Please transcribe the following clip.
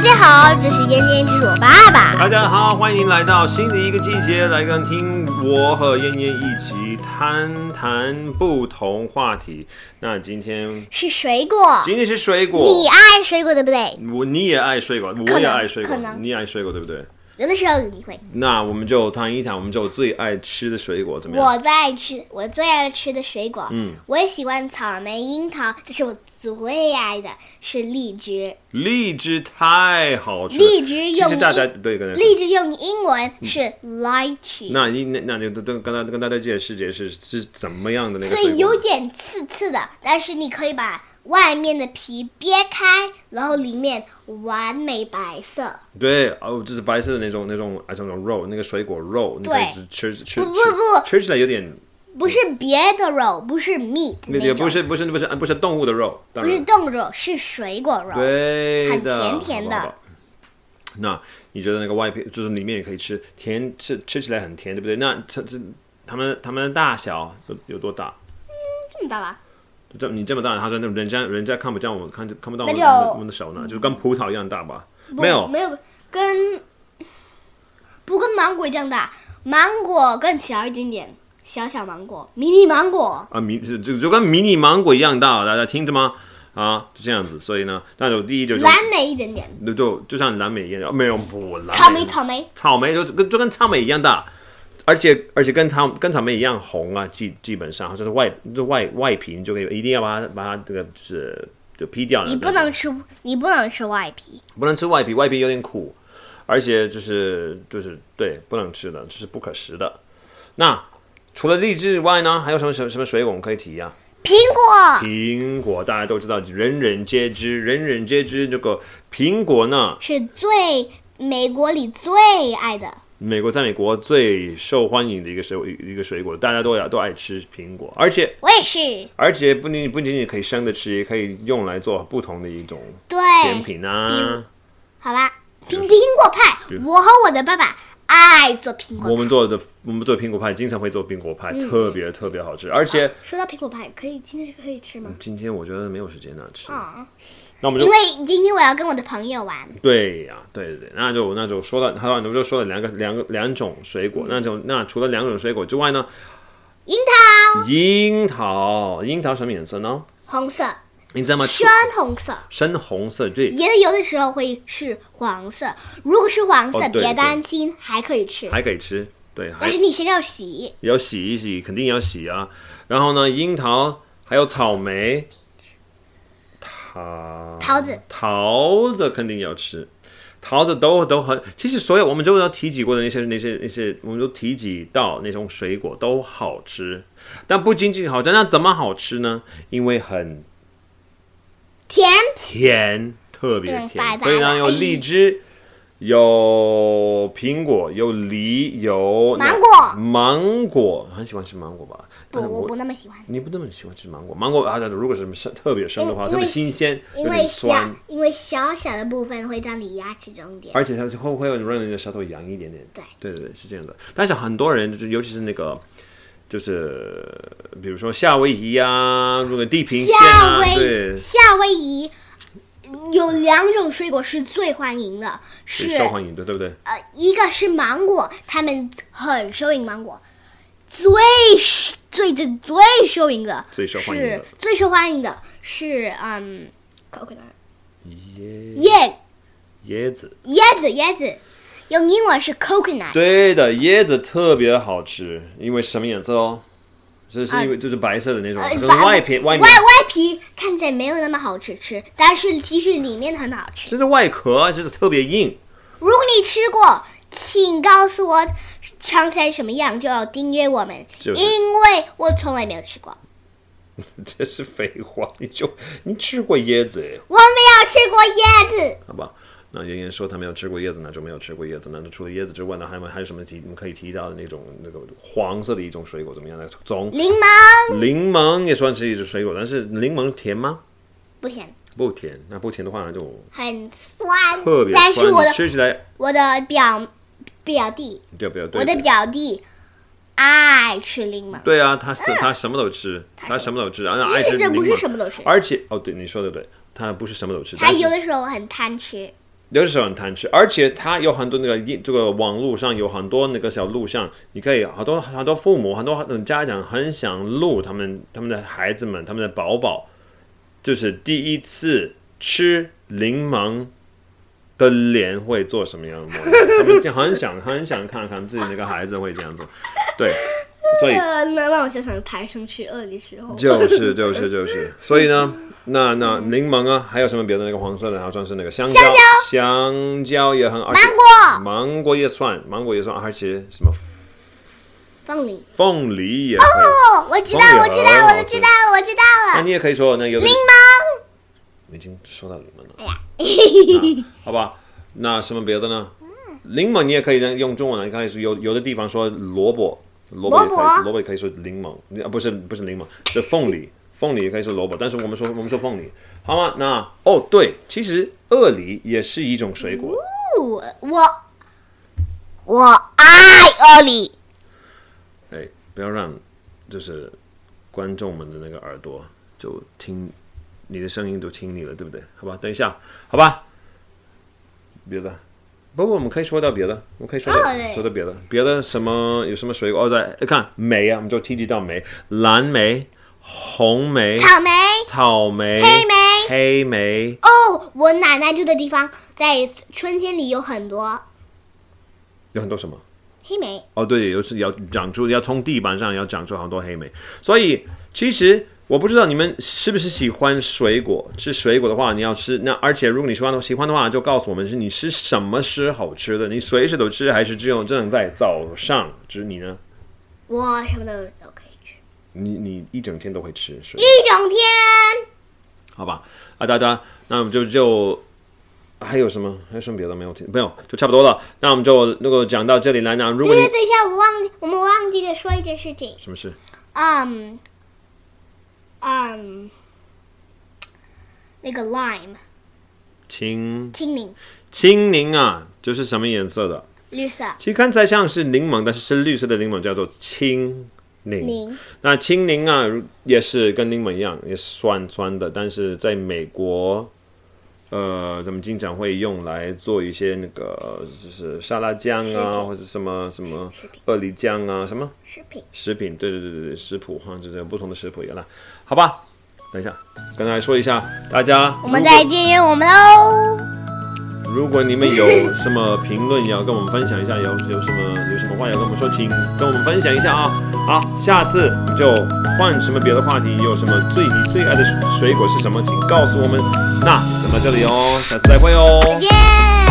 这是燕燕，这是我爸爸。大家好，欢迎来到新的一个季节，来跟听我和燕燕一起谈谈不同话题。那今天是水果，今天是水你果，爱水果对不对？我你也爱水果，我也爱水果可能，你也爱水果对不对？有的时候你会。那我们就谈一谈我们就最爱吃的水果怎么样？我最爱吃，我最爱吃的水果，嗯，我也喜欢草莓、樱桃，但是我最爱的是荔枝。荔枝太好吃了，荔枝其用实大家英，对跟荔枝用英文是 lychee，、那你那那你跟跟大家跟大家解释解释是怎么样的那个所水以有果？点刺刺的，但是你可以把外面的皮剥开，然后里面完美白色。对，哦，就是白色的那种那种啊，像那种肉，那个水果肉，你可以对吃吃吃，不不吃起来有点不是别的肉，不是 meat 那那个种不，是不是不是不是动物的肉，当不是然冻肉，是水果肉。嗯对很的，甜甜好吧的好吧那你觉得那个外皮就是里面也可以吃甜，吃吃起来很甜，对不对？那这这它们它们的大小有有多大？这么大吧？这你这么大，他说那人家人家看不见我，看看不到我那们就的我们的手呢，就是跟葡萄一样大吧？不没有，没有，跟不跟芒果一样大，芒果更小一点点，小小芒果，迷你芒果。啊，迷就就就跟迷你芒果一样大，大家听着吗？啊，就这样子，所以呢，那就第一就是蓝莓一点点，对对，就像蓝莓一样，哦没有不蓝莓嗯草莓草莓，草莓就跟就跟草莓一样大，而且而且跟草跟草莓一样红啊，基基本上就是外就外外皮你就可以一定要把它把它这个就是就劈掉了，你不能吃，你不能吃外皮。不能吃外皮，外皮有点苦，而且就是就是对不能吃的，这是不可食的。那除了荔枝以外呢，还有什么什么什么水果我们可以提呀、苹果苹果大家都知道，人人皆知，人人皆知。这个苹果呢，是最美国里最爱的，美国在美国最受欢迎的一个水一个水果，大家都要都爱吃苹果，而且我也是。而且不仅不仅仅可以生的吃，也可以用来做不同的一种对，甜品啊。好吧，苹苹果派比，如我和我的爸爸爱做苹果我们做的我们做苹果派，经常会做苹果派，特别特别好吃，而且。说到苹果派，可以今天可以吃吗？今天我觉得没有时间拿吃，嗯，那我们因就为今天我要跟我的朋友玩，对呀、对对对，那就那就说到，还有我们就说了两个两个两种水果，那就那除了两种水果之外呢，樱桃樱桃，樱桃什么颜色呢？红色、你知道吗？深红色，深红色，对，也有的时候会是黄色。如果是黄色，哦对别担心，还可以吃，还可以吃，对，还但是你先要洗。要洗一洗，肯定要洗啊。然后呢，樱桃还有草莓，桃桃子，桃子肯定要吃。桃子都都很，其实所有我们就要提及过的那些那些那些，我们都提及到那种水果都好吃，但不仅仅好吃，那怎么好吃呢？因为很甜，甜，特别嗯拜拜甜，所以了呢有荔枝，有苹果，有梨，有芒果芒果很喜欢吃芒果吧？不，但是我不那么喜欢，你不那么喜欢吃芒果，芒果啊，如果是生特别生的话，因特因为别新鲜，有因为点小酸，因为小小的部分会让你牙齿肿点。而且它会会让你的舌头痒一点点。对对对对，是这样的。但是很多人就是，尤其是那个，就是比如说夏威夷啊，如果地平线夏啊，威对，夏威夷有两种水果是最欢迎的，是对受欢迎的，对不对？呃，一个是芒果，他们很受迎芒果，最是最最最受迎的，最受欢迎的是最受欢迎的是嗯，口渴了椰椰椰子，椰子椰子，用英文是 coconut，对的，椰子特别好吃，因为什么颜色哦？这是因为就是白色的那种，呃就是白外皮外外面外皮看起来没有那么好吃吃，但是其实里面很好吃。就是外壳就是特别硬。 如果你吃过，请告诉我尝起来什么样，就要订阅我们，就是因为我从来没有吃过，这是废话，你就你吃过椰子耶，我没有吃过椰子。好吧？那妍妍说她没有吃过椰子，那就没有吃过椰子。那除了椰子之外呢，还有还有什么提我们可以提到的那种那个黄色的一种水果怎么样呢？从柠檬柠檬也算是一种水果，但是柠檬甜吗？不甜，不甜。那不甜的话呢，就很酸，特别但酸，是我你的吃起来我的表表弟，对不对？对我的表弟爱吃柠檬，对 啊，他是他什么都吃，他什么都吃，然后爱吃其实这柠不是檬，什么都吃，而且哦，对你说的对，他不是什么都吃，他但是有的时候很贪吃。有的时候很贪吃，而且它有很多那个一这个网络上有很多那个小录像，你可以好多好多父母很多很多家长很想录他们他们的孩子们他们的宝宝，就是第一次吃柠檬的脸会做什么样的模样，他们就很想很想看看自己那个孩子会这样做，对，所 以呃，能让我想想台生去二的时候，就是就是就是，所以呢，那那柠檬啊，还有什么别的那个黄色的，好像是那个香蕉，香蕉也很，而且芒芒果也算，芒果也算，而且什么放你凤梨也会，哦，我知道，蜂我蜜知很道，好我知道，我知道那了，你也可以说那有的柠檬，已经说到柠檬哎了，嘿嘿啊好吧？那什么别的呢？柠檬你也可以用用中文来，开始有有的地方说萝卜，萝卜也萝可卜啊以，萝卜也可以说柠檬，啊不是不是柠檬，是凤梨，凤梨也可以说萝卜，但是我们说我们说凤梨，好吗？那哦对，其实鳄梨也是一种水果，我我我爱鳄梨，哎，不要让就是观众们的那个耳朵就听你的声音都听你了，对不对？好吧，等一下，好吧，别的。不过我们可以说到别的，我们可以说到、哦对说到别的，别的什么有什么水果？哦，对，看梅啊，我们就提及到梅，蓝莓、红莓、草莓，草莓、黑莓。黑莓，哦，我奶奶住的地方在春天里有很多有很多什么？黑莓。哦，对，有是要长出，要从地板上要长出好多黑莓。所以其实我不知道你们是不是喜欢水果，吃水果的话，你要吃那，而且如果你喜欢的喜欢的话，就告诉我们是你是什么时候吃的，你随时都吃，还是只有只能在早上吃？你呢？我什么都都可以吃，你你一整天都会吃水果，一整天。好吧？啊，大家，那我们就就。还有什么？还有什么别的没有听？没有，就差不多了。那我们就如果讲到这里来呢，如果对你对，等一下，我忘记，我们忘记了说一件事情。什么事？嗯，嗯，那个 lime 请青柠青柠啊，就是什么颜色的？绿色其实看起来像是柠檬，但是是绿色的柠檬，叫做青柠。柠，那青柠啊，如也是跟柠檬一样，也是酸酸的，但是在美国，呃，他们经常会用来做一些那个就是沙拉酱食啊，品或者什么什么食品鳄梨酱啊，什么食品。食品，对对对对对，食谱哈，就是有不同的食谱也来，好吧？等一下，跟大家说一下，大家我们如果再订阅我们喽，如果你们有什么评论要跟我们分享一下，有有什么有什么话要跟我们说，请跟我们分享一下啊！好，下次我们就换什么别的话题，有什么最你最爱的水果是什么，请告诉我们。那咱们到这里哦，下次再会哦。耶。